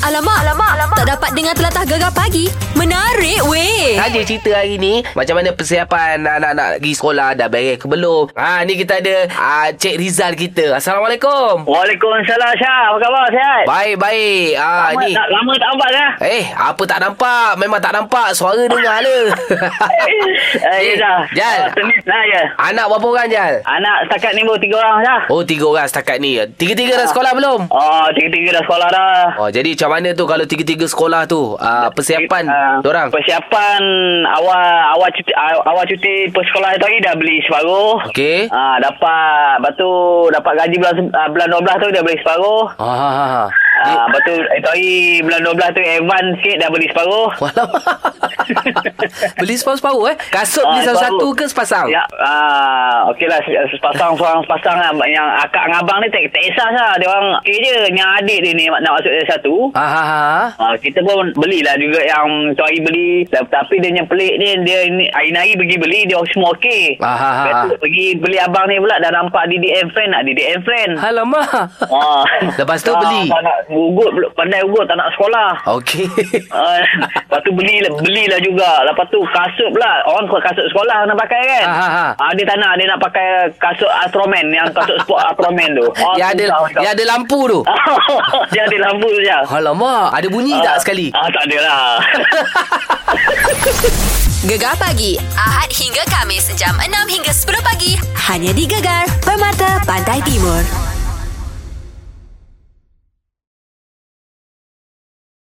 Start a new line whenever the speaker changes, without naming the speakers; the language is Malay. Alamak, alamak, alamak. Tak dapat dengar telatah gegar pagi. Menarik weh.
Saja cerita hari ni Macam mana persiapan Anak-anak pergi sekolah Dah beres ke belum ha, Ni kita ada uh, Cik Rizal kita Assalamualaikum
Waalaikumsalam Syah. Apa khabar sihat?
Baik-baik ha,
lama,
ni.
tak, lama tak nampak dah.
Eh apa tak nampak Memang tak nampak Suara dengar le
eh, ya dah.
Jal
Ah, Tenis lah ya.
Anak berapa orang Jal
Anak setakat ni baru tiga orang dah.
Oh tiga orang setakat ni Tiga-tiga dah sekolah belum
Oh, tiga-tiga dah sekolah dah.
Oh jadi macam mana tu Kalau tiga-tiga sekolah tu uh, Persiapan
Ah,
Diorang
Persiapan awal awal cuti aw- awal cuti persekolahan tu hari dah beli separuh.
Okey.
Ah dapat lepas tu dapat gaji bulan se- ah, bulan 12 tu dah beli separuh.
Ah, ah, ah.
Ah lepas tu itu hari bulan 12 tu advance sikit dah beli separuh.
Walau Beli separuh-separuh eh Kasut beli
Ah,
satu-satu
separuh.
ke sepasang
Ya, ah, okey lah se- sepasang seorang sepasang lah. yang akak dengan abang ni tak tak kisah lah. Dia orang okey je yang adik dia ni nak masuk dia satu.
Ah, ah, ah.
Ah, kita pun belilah juga yang tu hari beli Ta- tapi dia yang pelik ni dia ni hari-hari pergi beli dia semua okey.
Ah, ah,
Lepas tu
ah.
pergi beli abang ni pula dah nampak DDM fan nak DDM fan.
Alamak
Ah.
Ha. Lepas tu beli.
Tak nak ugut pula, pandai ugut tak nak sekolah.
Okey
Uh, lepas tu beli belilah juga. Lepas tu kasut pula. Orang kau kasut sekolah nak pakai kan?
Ha, ha, ha.
Ah, dia tak nak. Dia nak pakai kasut Astroman. Yang kasut sport Astroman tu. Oh,
Yang ada
susah, susah.
Yang ada lampu tu
dia ada lampu saja.
Alamak Ada bunyi tak sekali
Ah, tak ada lah.
Gegar pagi Ahad hingga Kamis jam 6 hingga 10 pagi hanya di Gegar Permata Pantai Timur.